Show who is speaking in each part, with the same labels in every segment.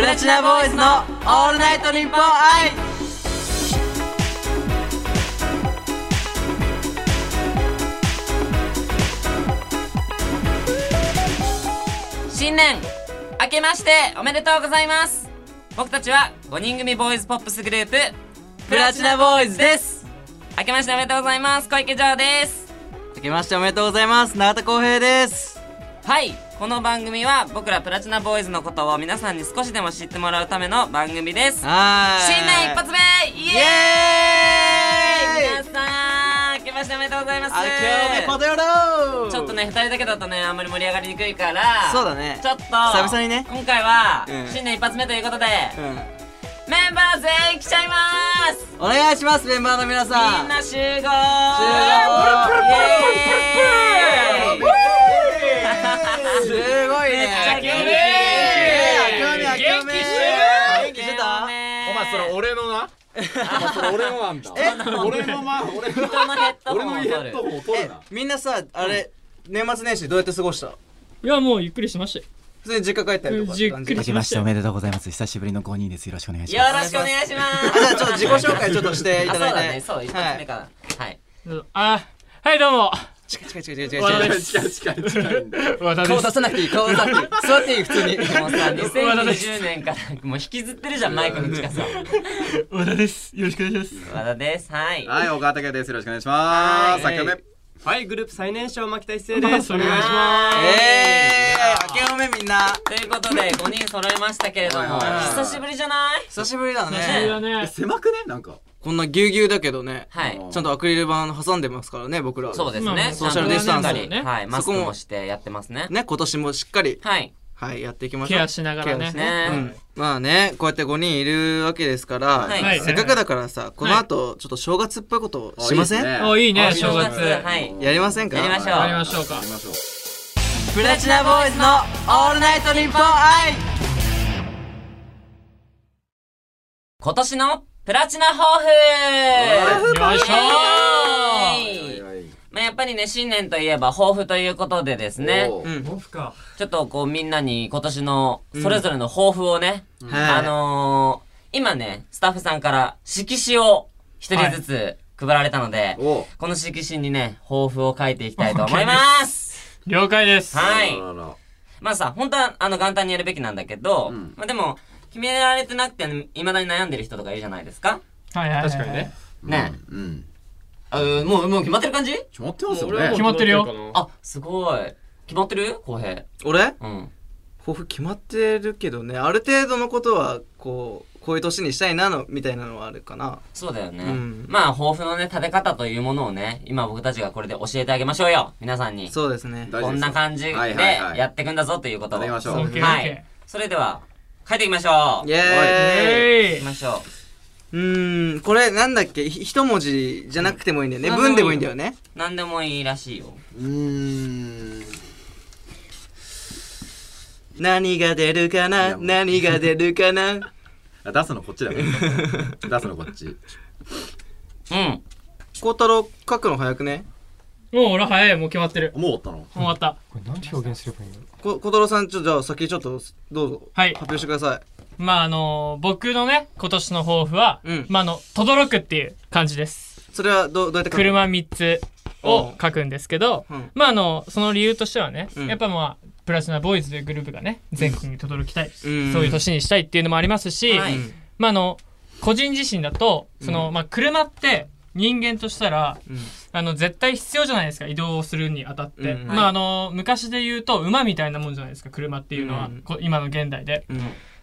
Speaker 1: ラチナボーイズの「オールナイトニッポン愛」新年明けましておめでとうございます僕たちは5人組ボーイズポップスグループ
Speaker 2: プラチナボーイズです
Speaker 1: 明けましておめでとうございます小池城です
Speaker 2: 明けましておめでとうございます永田浩平です
Speaker 1: はいこの番組は僕らプラチナボーイズのことを皆さんに少しでも知ってもらうための番組です
Speaker 2: はーい
Speaker 1: 新年一発目イ
Speaker 2: イ
Speaker 1: エーイ
Speaker 2: エーイ
Speaker 1: 皆さん明けましておめでとうございます
Speaker 2: あけおめパテロ
Speaker 1: ちょっとね2人だけだとねあんまり盛り上がりにくいから
Speaker 2: そうだね
Speaker 1: ちょっと
Speaker 2: 久々にね
Speaker 1: 今回は、
Speaker 2: うん
Speaker 1: 新年一発目ということで、
Speaker 2: うん
Speaker 1: メンバー全員来ちゃいます
Speaker 2: お願いしますメンバーの皆さん
Speaker 1: みんな集合集
Speaker 2: 合すごいね
Speaker 1: めっちゃ元気
Speaker 2: あけおめあけお
Speaker 3: 元気
Speaker 2: め元気してた
Speaker 3: お前それ俺のなお前それ俺の なんだ俺のま俺の
Speaker 1: 人のヘッド
Speaker 3: 俺
Speaker 1: ホン
Speaker 3: の
Speaker 1: を
Speaker 3: ヘ
Speaker 1: 取
Speaker 3: ッ
Speaker 1: る
Speaker 3: ドホンを取るな
Speaker 2: みんなさあれ年末年始どうやって過ごした
Speaker 4: いやもうゆっくりしましたよ
Speaker 2: 普通に実家帰ったりとかって感じ
Speaker 4: うんじっ
Speaker 5: 明
Speaker 4: くり
Speaker 5: けましておめでとうございます久しぶりの5人ですよろしくお願いし
Speaker 1: よ
Speaker 5: ます
Speaker 1: ろしくお願いしま
Speaker 2: あじゃあ
Speaker 1: す
Speaker 2: ちょっと自己紹介ちょっとしてい
Speaker 1: あそ
Speaker 2: た
Speaker 1: うだ
Speaker 2: だい
Speaker 1: ね
Speaker 2: て
Speaker 1: そう一発目からはい
Speaker 4: うんあはいどうも
Speaker 2: 近い近い近い近い
Speaker 4: 和田
Speaker 2: 近い
Speaker 4: です
Speaker 3: 近い近い近いんだよ
Speaker 4: 和田で
Speaker 2: 顔
Speaker 4: す
Speaker 2: 出さなくていい顔出さなくていい座っていい普通に
Speaker 1: もうさ2020年からもう引きずってるじゃんマイクの近 さ
Speaker 4: 和田ですよろしくお願いします
Speaker 1: 和田ですはい
Speaker 3: はい岡田武ですよろしくお願いします
Speaker 1: はい
Speaker 3: 先ほどね
Speaker 6: はい、グループ最年少、牧田一成です。お願いしま
Speaker 2: えー明けおめみんな
Speaker 1: ということで5人揃いましたけれども
Speaker 3: はいはい
Speaker 2: はい
Speaker 1: 久しぶりじゃない
Speaker 2: 久しぶりだ
Speaker 4: 久しぶりだ
Speaker 2: ね
Speaker 3: え
Speaker 4: ね
Speaker 3: 狭くねなんか
Speaker 2: こんなぎゅうぎゅうだけどね
Speaker 1: はい
Speaker 2: ちゃんとアクリル板挟んでますからね僕ら
Speaker 1: そうです
Speaker 4: まあま
Speaker 1: ね
Speaker 4: あ
Speaker 2: ソーシャルディスタンスをね
Speaker 1: ちゃんとやったりはいマスク
Speaker 2: そこ
Speaker 1: も
Speaker 2: も
Speaker 1: してやってますね
Speaker 2: ね今年もしっかり
Speaker 1: はい
Speaker 2: はいやっていきましょう
Speaker 4: ケアしながら
Speaker 2: ケア
Speaker 4: ね
Speaker 2: し
Speaker 1: ね
Speaker 2: うんまあねこうやって5人いるわけですから
Speaker 1: はい
Speaker 4: はい
Speaker 2: せっかくだからさこの後ちょっと正月っぽいことしません
Speaker 4: おいいね
Speaker 3: あ
Speaker 4: 正月
Speaker 1: はい
Speaker 2: やりませんか
Speaker 1: やりましょう
Speaker 4: やりましょうか
Speaker 3: やりましょう
Speaker 2: プラチナボーイズのオールナイトニッポン愛
Speaker 1: 今年のプラチナ抱負
Speaker 4: よいしょ
Speaker 1: イエーイ
Speaker 3: はいはい
Speaker 1: まあやっぱりね、新年といえば抱負ということでですね、
Speaker 3: おう
Speaker 2: うん
Speaker 6: す。か。
Speaker 1: ちょっとこうみんなに今年のそれぞれの抱負をね、あのー、今ね、スタッフさんから色紙を一人ずつ配られたので、
Speaker 3: おう
Speaker 1: この色紙にね、抱負を書いていきたいと思います
Speaker 4: 了解です
Speaker 1: はい
Speaker 3: あらら
Speaker 1: まあさ、本当はあの元旦にやるべきなんだけど、
Speaker 3: うん
Speaker 1: まあでも、決められてなくて、未だに悩んでる人とかいるじゃないですか
Speaker 4: はいはいはい
Speaker 6: 確かにね。
Speaker 1: ね
Speaker 3: うんうん
Speaker 1: あーもう、もう決まってる感じ
Speaker 3: 決まってますよ
Speaker 6: 俺はもう
Speaker 3: ね
Speaker 4: 決まってるよ
Speaker 6: 決まっ
Speaker 1: あ、すごい。決まってる公平。
Speaker 2: 俺
Speaker 1: うん。
Speaker 2: 抱負決まってるけどねある程度のことはこうこういう年にしたいなのみたいなのはあるかな
Speaker 1: そうだよね。
Speaker 2: うん
Speaker 1: まあ、抱負のね、立て方というものをね、今僕たちがこれで教えてあげましょうよ。皆さんに。
Speaker 2: そうですね
Speaker 3: 大丈夫です
Speaker 1: こんな感じで
Speaker 3: はいはいはい
Speaker 1: やってくんだぞということを。
Speaker 3: やりましょう
Speaker 4: オッケーオ
Speaker 1: は
Speaker 4: ッ
Speaker 1: い
Speaker 4: ケ。
Speaker 1: それでは、書いていきましょう。
Speaker 2: イエーイ
Speaker 4: ー
Speaker 1: い
Speaker 4: イ
Speaker 1: きましょ
Speaker 2: うーんこれなんだっけひ一文字じゃなくてもいいんだよね
Speaker 1: うん
Speaker 2: 文でもいいんだよね
Speaker 1: う。なんでもいいらしいよ。
Speaker 3: うーん
Speaker 2: 何が出るか
Speaker 3: い
Speaker 2: な
Speaker 3: やもう
Speaker 2: 何が出るかな
Speaker 3: あ出すのこっちだよね出すのこっち
Speaker 1: うん。
Speaker 2: 孝太郎書くの早くね
Speaker 4: もう俺早いもう決まってる
Speaker 3: もう終わったの
Speaker 4: もう終わった
Speaker 6: これなんて表現すればいいの
Speaker 2: こ孝太郎さんちょじゃあ先ちょっとどうぞ
Speaker 4: はい
Speaker 2: 発表してくださ
Speaker 4: まああのー僕のね今年の抱負は
Speaker 2: うん
Speaker 4: まああの轟くっていう感じです
Speaker 2: いそれはどどうやって書くの
Speaker 4: 車3つを書くんですけど
Speaker 2: うん
Speaker 4: まああのその理由としてはね
Speaker 2: うん
Speaker 4: やっぱまあプラチナボーイズというグループがね全国に轟きたい
Speaker 2: そう
Speaker 4: そういう
Speaker 2: 年
Speaker 4: 年にしたいっていうのもありますし、
Speaker 1: はい
Speaker 4: まあ、あの個人自身だとその、
Speaker 2: うん
Speaker 4: まあ、車って人間としたら
Speaker 2: うん
Speaker 4: あの絶対必要じゃないですか移動するにあたって、
Speaker 2: うん
Speaker 4: まあ、あの昔で言うと馬みたいなもんじゃないですか車っていうのは、
Speaker 2: うん
Speaker 4: こ今の現代で
Speaker 2: うん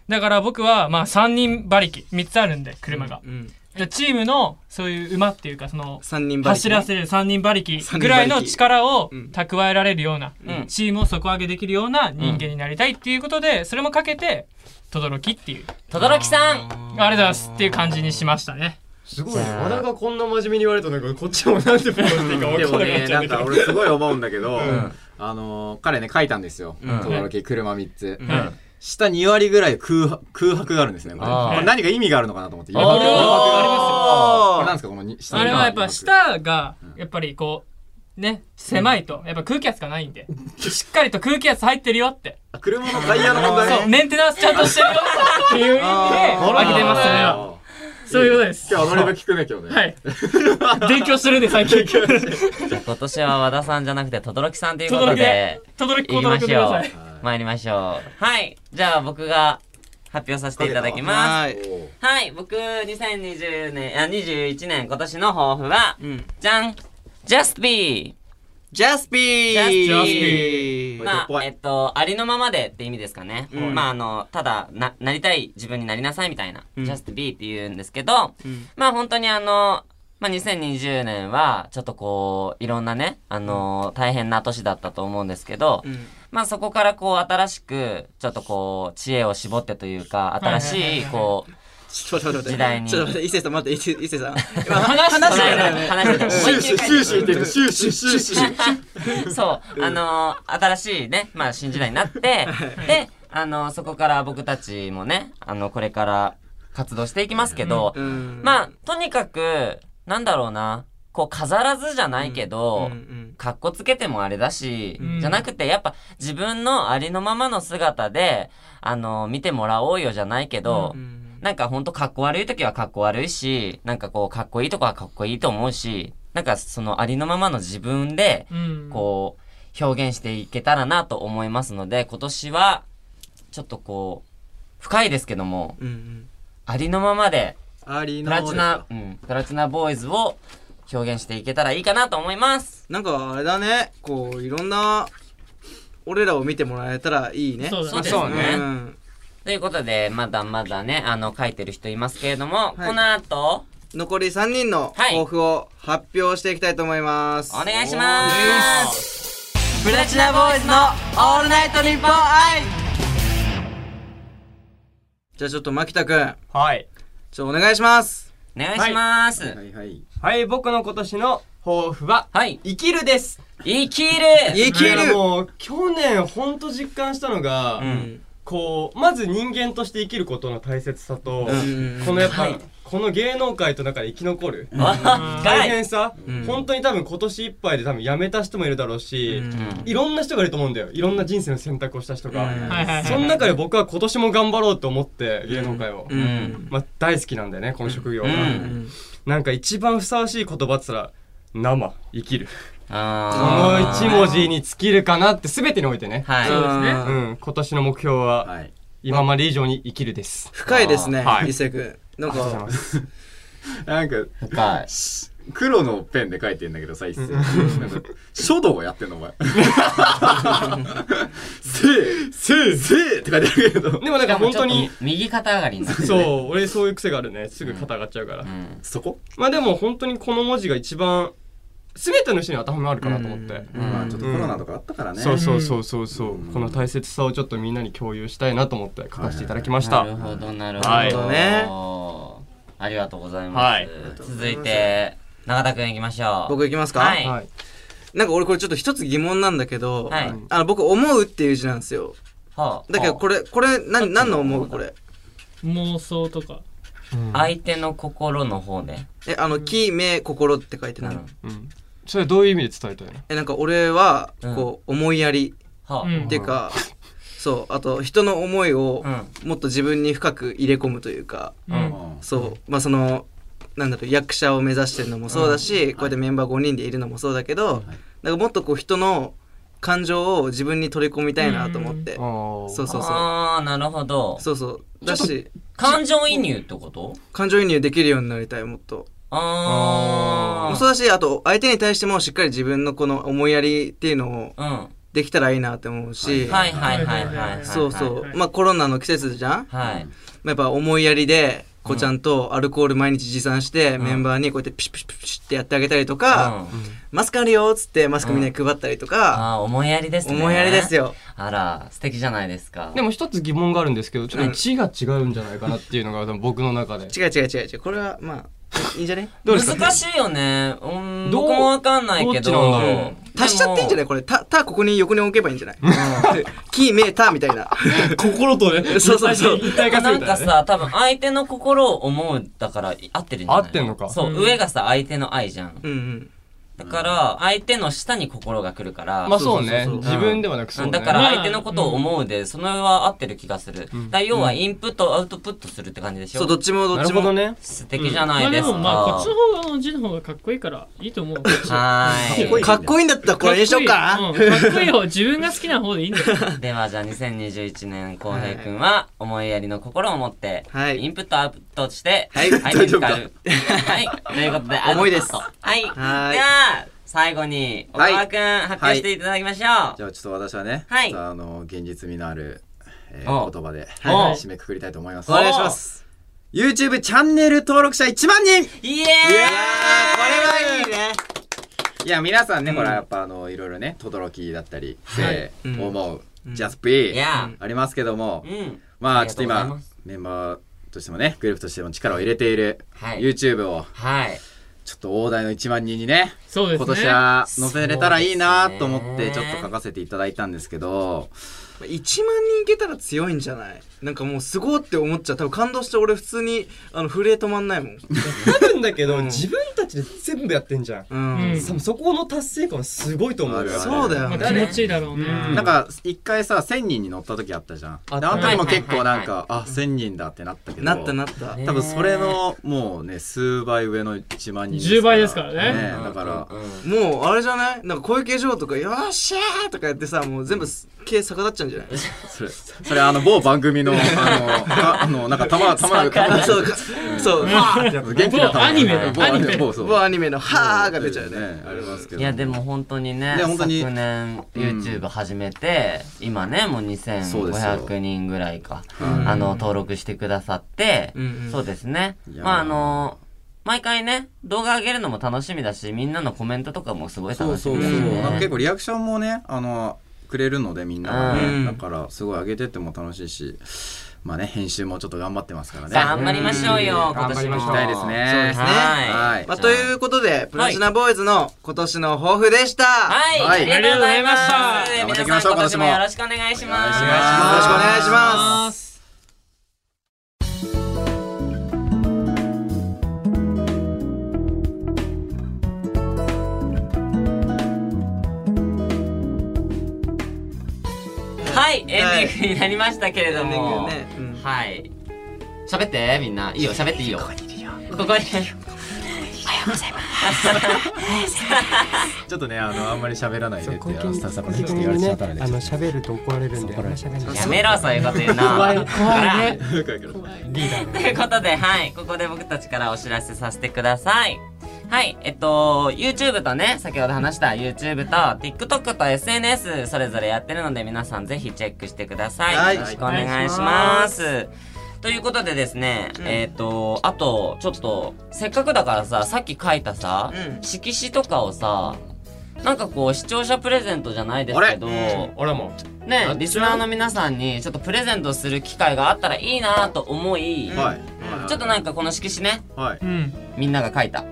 Speaker 4: だから僕は、まあ、3人馬力3つあるんで車が、
Speaker 2: うん
Speaker 4: でチームのそういう馬っていうかその
Speaker 2: 三人バ
Speaker 4: 走らせる3人馬力
Speaker 2: 三人馬力
Speaker 4: ぐらいの力を
Speaker 2: うん
Speaker 4: 蓄えられるような、
Speaker 1: うん
Speaker 4: チームを底上げできるような人間になりたいっていうことで、それもかけて轟きっていう
Speaker 1: とどろきさん
Speaker 4: ありがとうございますっていう感じにしましたね。
Speaker 6: すごいね。和田がこんな真面目に言われたのが、こっちもなんて表現していいか
Speaker 3: でも
Speaker 6: 分かんなくな
Speaker 3: ね、
Speaker 6: っちゃ
Speaker 3: な
Speaker 6: うんんだ
Speaker 3: か
Speaker 6: けど。
Speaker 3: 俺すごい思うんだけど、
Speaker 2: ん
Speaker 3: あのー、彼ね、書いたんですよ。
Speaker 2: うん
Speaker 3: 轟、車3つ、
Speaker 2: うん
Speaker 4: はい
Speaker 3: 下2割ぐらい空白空白があるんですね、これ。
Speaker 1: あー
Speaker 3: これ何か意味があるのかなと思って。
Speaker 1: あー
Speaker 3: 今空白
Speaker 4: あり
Speaker 3: がこれ
Speaker 2: あ
Speaker 3: 何
Speaker 2: あ
Speaker 3: ですか、このに下の
Speaker 4: あれはやっぱ
Speaker 3: 空白
Speaker 4: 舌がやっぱりこうね狭いとやっぱ空気圧がないんでしっかりと空気圧入ってるよって
Speaker 3: 車のタイヤの問題
Speaker 4: そう、メンテナンスちゃんとしてるよっていう意味で、あげてますね。そういうことです。
Speaker 3: 今日アドリブ聞くね今日ね
Speaker 4: はい。 勉強してるね、最近。
Speaker 1: じ ゃあ今年は和田さんじゃなくて、轟さんということ
Speaker 4: 轟で
Speaker 1: で、、
Speaker 4: 轟
Speaker 1: 行
Speaker 4: きこ
Speaker 1: き
Speaker 4: と
Speaker 1: ま
Speaker 4: く
Speaker 1: し
Speaker 4: だ
Speaker 1: ょ
Speaker 4: さ
Speaker 1: う
Speaker 4: い。。
Speaker 1: 参りましょう。はい。じゃあ僕が発表させていただきます。
Speaker 2: はい。
Speaker 3: おう
Speaker 1: はい。僕、2020年、あ、21年、今年の抱負は、
Speaker 2: うん。
Speaker 1: じゃん !Just Be!
Speaker 2: ジャスピー
Speaker 1: Just
Speaker 3: be
Speaker 1: ま
Speaker 3: 怖
Speaker 1: あ、
Speaker 3: い
Speaker 1: えっと、ありのままでって意味ですかね。
Speaker 2: うん
Speaker 1: まあ、あの、ただ、な、なりたい自分になりなさいみたいな、
Speaker 2: うん
Speaker 1: just be って言うんですけど、
Speaker 2: うん
Speaker 1: まあ、本当にあの、まあ、2020年は、ちょっとこう、いろんなね、あの、大変な年だったと思うんですけど、
Speaker 2: うん
Speaker 1: まあ、そこからこう、新しく、ちょっとこう、知恵を絞ってというか、新しい、こう、
Speaker 2: ちょっと待って待っ
Speaker 1: 時代
Speaker 2: て。
Speaker 1: に
Speaker 2: ちょっと待って、伊勢さん待って、伊勢伊勢さん。
Speaker 4: 話し
Speaker 1: 話
Speaker 4: てない
Speaker 1: してたよ話してたもう
Speaker 3: 終
Speaker 1: 一
Speaker 3: 始
Speaker 1: 回
Speaker 3: 終始言ってる終始終始
Speaker 1: そう、あのー新しいね、まあ、新時代になって、で、あのーそこから僕たちもね、あの、これから活動していきますけど、
Speaker 2: うん
Speaker 1: まあ、とにかく、なんだろうな、こう、飾らずじゃないけ
Speaker 2: うんう
Speaker 1: ど、
Speaker 2: ん
Speaker 1: かっこつけてもあれだし、
Speaker 4: うん
Speaker 1: じゃなくて、やっぱ自分のありのままの姿で、あのー見てもらおうよじゃないけど、
Speaker 2: うん
Speaker 1: なんかほんとかっこ悪い時はかっこ悪いし、なんかこうかっこいいとこはかっこいいと思うし、なんかそのありのままの自分で、
Speaker 4: うん。
Speaker 1: こう、表現していけたらなと思いますので、今年は、ちょっとこう、深いですけども、
Speaker 2: うんうん
Speaker 1: ありのままで、
Speaker 2: あり
Speaker 1: プ
Speaker 2: のま
Speaker 1: ラ
Speaker 2: ま
Speaker 1: チ
Speaker 2: ですか
Speaker 1: ナ、うん、プラチナボーイズを表現していけたらいいかなと思います。
Speaker 2: なんかあれだね、こういろんな俺らを見てもらえたらいいね。
Speaker 4: そうだねそう
Speaker 1: ですね
Speaker 2: ん
Speaker 1: ということで、まだまだね、あの、書いてる人いますけれども、
Speaker 2: はい
Speaker 1: この後、
Speaker 2: 残り3人の
Speaker 1: はい
Speaker 2: 抱負を発表していきたいと思います。
Speaker 1: お願いしますプラチナボーイズのオールナイトニッポン愛
Speaker 2: じゃあちょっと牧田くん、
Speaker 6: はい。
Speaker 2: ちょっとお願いします。
Speaker 1: お願いします。
Speaker 3: はいはい
Speaker 6: はい、僕の今年の抱負は、
Speaker 1: はい。
Speaker 6: 生きるです。
Speaker 1: 生きる
Speaker 2: 生きる
Speaker 6: いやもう、去年ほんと実感したのが、
Speaker 1: うん。
Speaker 6: こう、まず人間として生きることの大切さと、
Speaker 2: うん
Speaker 6: このやっぱ、
Speaker 1: はい
Speaker 6: この芸能界と中で生き残る。
Speaker 1: わ深
Speaker 6: 大
Speaker 1: い。
Speaker 6: 変さ、
Speaker 2: うん
Speaker 6: 本当に多分今年いっぱいで多分辞めた人もいるだろうし、
Speaker 1: うん
Speaker 6: いろんな人がいると思うんだよいろんな人生の選択をした人が、
Speaker 2: うん
Speaker 4: はいはいはい
Speaker 6: その中で僕は今年も頑張ろうと思って芸能界を、
Speaker 2: うんうん
Speaker 6: まあ、大好きなんだよねこの職業が、
Speaker 1: うん
Speaker 2: う
Speaker 1: うん
Speaker 2: ん
Speaker 6: なんか一番ふさわしい言葉っつったら生生きるこの
Speaker 1: あー
Speaker 6: 一文字に尽きるかなって全てにおいてね、
Speaker 1: はい。
Speaker 4: そうですね
Speaker 6: う
Speaker 2: うん
Speaker 6: ん、今年の目標は
Speaker 3: はい
Speaker 6: 今まで以上に生きるです、
Speaker 2: 深いですね
Speaker 6: は、い
Speaker 2: 伊勢くん。なん
Speaker 6: ありがとうござい
Speaker 2: か
Speaker 6: ま、す
Speaker 3: なんか
Speaker 1: 深い。
Speaker 3: 黒のペンで書いてんだけどさ一斉なんか書道をやってんのお 前せいせいせいって書いてあるけど
Speaker 6: でもなんか本当に
Speaker 1: 右肩上がりになってるね。
Speaker 6: そう俺そういう癖があるねすぐ肩上がっちゃうから、
Speaker 1: うん。
Speaker 3: そこ
Speaker 6: まあでも本当にこの文字が一番全ての人に当てはまるかなと思って、
Speaker 1: ん
Speaker 3: まあちょっとコロナとかあったからね
Speaker 6: そうそうそうそうそう、
Speaker 3: うん
Speaker 6: この大切さをちょっとみんなに共有したいなと思って書かせていただきました、
Speaker 1: なるほど、なるほど。
Speaker 6: はい
Speaker 2: ね
Speaker 1: ありがとうござい
Speaker 6: は
Speaker 1: ま
Speaker 6: い
Speaker 1: す。続いて、永田くんいきましょう。
Speaker 2: 僕いきますか
Speaker 1: はい
Speaker 6: はい
Speaker 2: なんか俺これちょっと一つ疑問なんだけど、
Speaker 1: はい
Speaker 2: あの僕、思うっていう字なんですよ。
Speaker 1: はあ
Speaker 2: だけどこれ、これ、何、何の思
Speaker 1: ど
Speaker 2: う
Speaker 1: うだ
Speaker 2: これ。
Speaker 4: 妄想とか。
Speaker 1: 相手の心の方で。
Speaker 2: え、あの、木、目、心って書いてない。
Speaker 6: うん、それどういう意味で伝えたいの
Speaker 2: えなんか俺は
Speaker 1: うん
Speaker 2: こう思いやり
Speaker 1: はあ
Speaker 4: うん
Speaker 2: っていうか、そうあと人の思いを
Speaker 1: うん
Speaker 2: もっと自分に深く入れ込むというか、
Speaker 4: う
Speaker 1: うん
Speaker 4: ん。
Speaker 2: そうまあそのなんだろう役者を目指してるのもそうだし、こうやってメンバー5人でいるのもそうだけど、なんかもっとこう人の感情を自分に取り込みたいなと思って、
Speaker 6: あ
Speaker 2: そうそうそう
Speaker 1: ああ、なるほど。
Speaker 2: そうそうだし
Speaker 1: 感情移入ってこと
Speaker 2: 感情移入できるようになりたいもっと、
Speaker 1: あ
Speaker 2: もう
Speaker 1: あ
Speaker 2: そうだしあと相手に対してもしっかり自分のこの思いやりっていうのを
Speaker 1: うん。は
Speaker 2: できたらいいなって思うし、
Speaker 1: いはいはいはいはい。
Speaker 2: そうそう、
Speaker 4: はい
Speaker 2: まあコロナの季節じゃん、
Speaker 1: はい。
Speaker 2: まあやっぱ思いやりで、こうちゃんとアルコール毎日持参して、
Speaker 1: うん
Speaker 2: メンバーにこうやってピシピシピシってやってあげたりとか、マスクあるよっつってマスクみんなに配ったりとか、
Speaker 1: ああー、思いやりですね。
Speaker 2: 思いやりです。よ。
Speaker 1: あら、素敵じゃないですか。
Speaker 6: でも一つ疑問があるんですけどちょっと字が違うんじゃないかなっていうのが多分僕の中で
Speaker 2: 違う違う違う違う。これはまあ、いいんじゃね
Speaker 6: どうですか
Speaker 1: 難しいよね。うん、
Speaker 6: どう
Speaker 1: 僕もわかんないけど。
Speaker 6: どっちなんだろう
Speaker 1: でも
Speaker 2: 足しちゃっていいんじゃないこれ。た、た、ここに横に置けばいいんじゃないキー、メーターみたいな。
Speaker 6: 心とね
Speaker 2: そうそうそう
Speaker 6: 一体化す
Speaker 1: な
Speaker 6: る
Speaker 1: ん
Speaker 6: み
Speaker 1: か
Speaker 6: たいなね
Speaker 1: さ、多分相手の心を思うだから合ってるんじゃない
Speaker 6: 合ってんのか
Speaker 1: そう、上がさ、相手の愛じゃん。
Speaker 2: うんうん。
Speaker 1: だから、相手の下に心が来るから、
Speaker 6: まあそうね
Speaker 2: そうそうそう
Speaker 6: 自分ではなくそうね
Speaker 1: だから
Speaker 4: ね
Speaker 1: 相手のことを思うで、そのは合ってる気がする。だから要はインプット、アウトプットするって感じでしょ
Speaker 2: そうどっちもど
Speaker 6: な
Speaker 2: っ
Speaker 6: る
Speaker 2: ち
Speaker 6: ほど
Speaker 2: も
Speaker 6: ね
Speaker 1: 素敵じゃな
Speaker 4: まあ
Speaker 1: いで
Speaker 4: で
Speaker 1: すか。
Speaker 4: もまあこっちの方の字の方がかっこいいからいいと思う。かっ
Speaker 1: は
Speaker 3: か っこ
Speaker 1: ー
Speaker 3: いい
Speaker 2: かっこいいんだったらこれにしようか
Speaker 4: こいいうんかっこいい方自分が好きな方でいい んだよ。
Speaker 1: い。ではじゃあ2021年、浩平くんは思いやりの心を持って、
Speaker 2: はい
Speaker 1: インプットアウトして、
Speaker 2: はい
Speaker 1: 相手に伝わる。はい。ということで、
Speaker 2: 重いです
Speaker 1: アウトプットはい。
Speaker 2: はい
Speaker 1: では、最後に、小
Speaker 7: はい
Speaker 1: 川くん、発表していただきましょう。
Speaker 7: じゃあちょっと私はね、
Speaker 1: はい
Speaker 7: ちょっとあの現実味のある、え
Speaker 1: ああ
Speaker 7: ー、言葉で、
Speaker 1: はいはい
Speaker 7: 締めくくりたいと思います。
Speaker 2: お願いします。
Speaker 7: YouTube チャンネル登録者1万人
Speaker 1: イエーイ
Speaker 2: いやーこれはいいね
Speaker 7: いや皆さんね、ほらやっぱあのいろいろね轟だったり「せ
Speaker 2: う
Speaker 7: ー
Speaker 2: ん
Speaker 7: 思う
Speaker 2: うん
Speaker 7: Just Be
Speaker 1: いや」
Speaker 7: ありますけども、
Speaker 1: うん。
Speaker 7: ま
Speaker 1: あ
Speaker 7: あ
Speaker 1: り
Speaker 7: ち
Speaker 1: がとうござ
Speaker 7: ょっと
Speaker 1: いま
Speaker 7: 今
Speaker 1: す
Speaker 7: メンバーとしてもねグループとしても力を入れている
Speaker 1: はい
Speaker 7: YouTube を
Speaker 1: はい。
Speaker 7: ちょっと大台の1万人にね
Speaker 4: そうですね。
Speaker 7: 今年は載せれたらいいなと思っ
Speaker 1: そうで
Speaker 7: て
Speaker 1: す
Speaker 7: ち
Speaker 1: ね
Speaker 7: ょっと書かせていただいたんですけど
Speaker 2: 1万人いけたら強いんじゃないなんかもうすごいって思っちゃう多分感動して俺普通にあの震え止まんないもん、
Speaker 6: 多分だけど自分たちで全部やってんじゃん
Speaker 2: うん
Speaker 4: うん
Speaker 6: 多分そこの達成感はすごいと思うよ
Speaker 7: ある
Speaker 2: そうだよ
Speaker 4: まあ
Speaker 2: ね、
Speaker 4: 気持ちいいだろうね。
Speaker 2: うん
Speaker 7: なんか一回さ1000人に乗った時あったじゃんで
Speaker 1: あ
Speaker 7: あ
Speaker 1: った
Speaker 7: の時も結構なん
Speaker 1: は
Speaker 7: かあ1000人だってなったけど
Speaker 2: なったなった、
Speaker 1: ね
Speaker 7: 多分それのもうね数倍上の1万人
Speaker 4: 10倍ですからね
Speaker 1: うん
Speaker 7: だから、
Speaker 1: うんうん
Speaker 2: もうあれじゃないなんか小池城とか「よっしゃー!」とかやってさもう全部毛逆立っちゃうんじゃない
Speaker 7: それそれあの某番組のあのかあのなんかたまたま
Speaker 2: あそうかそうは
Speaker 7: やつ元気な
Speaker 4: 某アニメだ
Speaker 7: 某
Speaker 4: アニメ
Speaker 7: 某
Speaker 2: あ
Speaker 7: そう
Speaker 2: 某アニメの「はあ」が出ちゃう
Speaker 7: そう
Speaker 2: ね
Speaker 7: ですありますけど
Speaker 1: いやでも本当にね
Speaker 7: ね本当に
Speaker 1: 昨年 YouTube 始めて、今ねもう
Speaker 7: そうですよ
Speaker 1: 2500人ぐらいか、
Speaker 7: はい
Speaker 1: あの登録してくださって、
Speaker 2: うんうん
Speaker 1: そうですね
Speaker 7: いやー
Speaker 1: まああの毎回ね動画上げるのも楽しみだしみんなのコメントとかもすごい
Speaker 7: そう
Speaker 1: 楽し
Speaker 7: そう
Speaker 1: み
Speaker 7: そう
Speaker 1: だし、ね、
Speaker 7: なんか結構リアクションもねあのくれるのでみんなが
Speaker 2: うん
Speaker 7: ねだからすごい上げてっても楽しいしまあね編集もちょっと頑張ってますからね
Speaker 1: さあ頑張りましょうよ、
Speaker 6: うん
Speaker 1: 今年も
Speaker 6: 頑張りましょう
Speaker 7: 行きたいですね
Speaker 2: そうですね
Speaker 1: はい、
Speaker 7: はい
Speaker 2: まあ、ということでプラチナボーイズの今年の抱負でしたはい
Speaker 1: はい、
Speaker 7: はい
Speaker 1: ありがとうございま
Speaker 4: あ
Speaker 1: す
Speaker 4: り
Speaker 7: がとうございました頑張っ
Speaker 1: 皆
Speaker 7: ていきまし
Speaker 1: さ
Speaker 7: ょ
Speaker 1: ん今年も
Speaker 7: う今年も
Speaker 1: よろしくお願いしま
Speaker 7: お
Speaker 1: す
Speaker 7: 願いします
Speaker 2: よろしくお願いします
Speaker 1: はい、エンディングになりましたけれど
Speaker 2: エンディン
Speaker 1: も、
Speaker 2: グねうん
Speaker 1: はい。喋って、みんな。いいよ、喋っていいよ。ここにいるよ。ここにいるよ。
Speaker 7: ちょっとねあのあんまり喋らないでってあのスタッフさんからねちょっと言わ
Speaker 8: に
Speaker 7: れてしま
Speaker 8: ね
Speaker 7: ったので
Speaker 8: あ
Speaker 7: ちょ
Speaker 8: の
Speaker 7: っ
Speaker 8: 喋ると怒られるんであんま喋んない
Speaker 1: やめろ、そういうこと言うな。怖い、怖いね。
Speaker 7: と
Speaker 1: ということで、はい、ここで僕たちからお知らせさせてください。はい、えっと、YouTube とね、先ほど話した YouTube と TikTok と SNS それぞれやってるので、皆さんぜひチェックしてください。
Speaker 2: はい
Speaker 1: よろしくお願いします。ということでですね、えっ、と、あと、ちょっと、せっかくだからさ、さっき書いたさ、
Speaker 2: うん
Speaker 1: 色紙とかをさ、なんかこう、視聴者プレゼントじゃないですけど、
Speaker 6: あらも
Speaker 1: ね
Speaker 6: やっちゃ、う
Speaker 1: リスナーの皆さんに、ちょっとプレゼントする機会があったらいいなと思い、
Speaker 7: はい
Speaker 1: ちょっとなんかこの色紙ね、
Speaker 7: はい
Speaker 4: うん。
Speaker 1: みんなが書いた。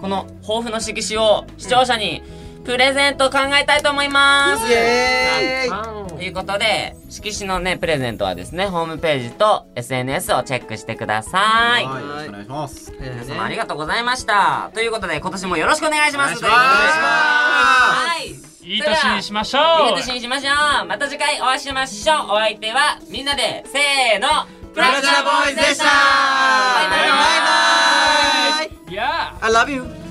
Speaker 1: この抱負の色紙を視聴者にプレゼント考えたいと思います。
Speaker 2: イエーイ
Speaker 1: ということで、色紙のね、プレゼントはですね、ホームページと SNS をチェックしてください。
Speaker 7: はいよろしくお願いします
Speaker 1: 皆様ありがとうございました。ということで、今年もよろしくお願いします。
Speaker 7: お願いし
Speaker 1: とい
Speaker 7: ま
Speaker 1: うことではい。
Speaker 4: いい年にしましょう。
Speaker 1: いい年にしましょうまた次回お会いしましょうお相手はみんなでせーのプラチナボーイズでしたバイバイ
Speaker 4: いやあ。
Speaker 2: I love you